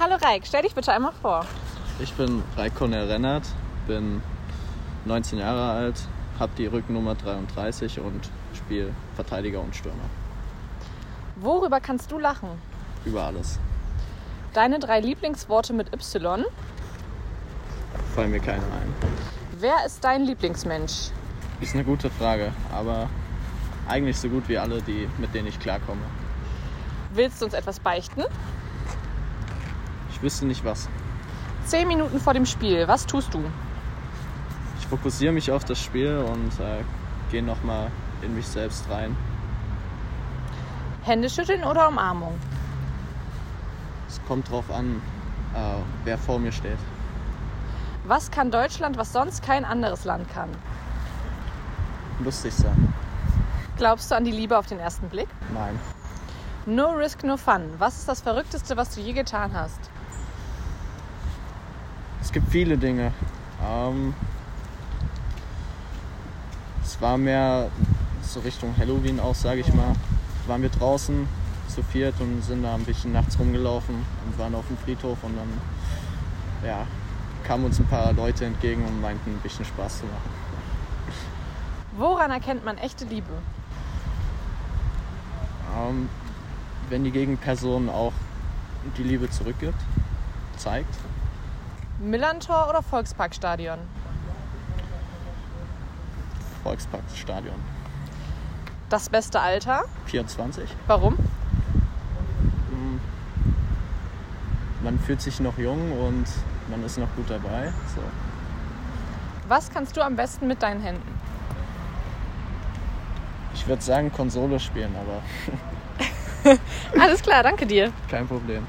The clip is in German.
Hallo Reik, stell dich bitte einmal vor. Ich bin Raikkoner Rennert, bin 19 Jahre alt, habe die Rückennummer 33 und spiele Verteidiger und Stürmer. Worüber kannst du lachen? Über alles. Deine drei Lieblingsworte mit Y. Fallen mir keine ein. Wer ist dein Lieblingsmensch? Ist eine gute Frage, aber eigentlich so gut wie alle, die, mit denen ich klarkomme. Willst du uns etwas beichten? Ich wüsste nicht was. Zehn Minuten vor dem Spiel, was tust du? Ich fokussiere mich auf das Spiel und äh, gehe nochmal in mich selbst rein. Hände schütteln oder Umarmung? Es kommt drauf an, äh, wer vor mir steht. Was kann Deutschland, was sonst kein anderes Land kann? Lustig sein. Glaubst du an die Liebe auf den ersten Blick? Nein. No risk, no fun. Was ist das Verrückteste, was du je getan hast? Es gibt viele Dinge. Ähm, es war mehr so Richtung Halloween auch, sage ich mal. Waren wir draußen zu viert und sind da ein bisschen nachts rumgelaufen und waren auf dem Friedhof und dann ja, kamen uns ein paar Leute entgegen und meinten, ein bisschen Spaß zu machen. Woran erkennt man echte Liebe? Ähm, wenn die Gegenperson auch die Liebe zurückgibt, zeigt, Millantor oder Volksparkstadion? Volksparkstadion Das beste Alter? 24. Warum? Man fühlt sich noch jung und man ist noch gut dabei. So. Was kannst du am besten mit deinen Händen? Ich würde sagen, Konsole spielen, aber Alles klar, danke dir. kein Problem.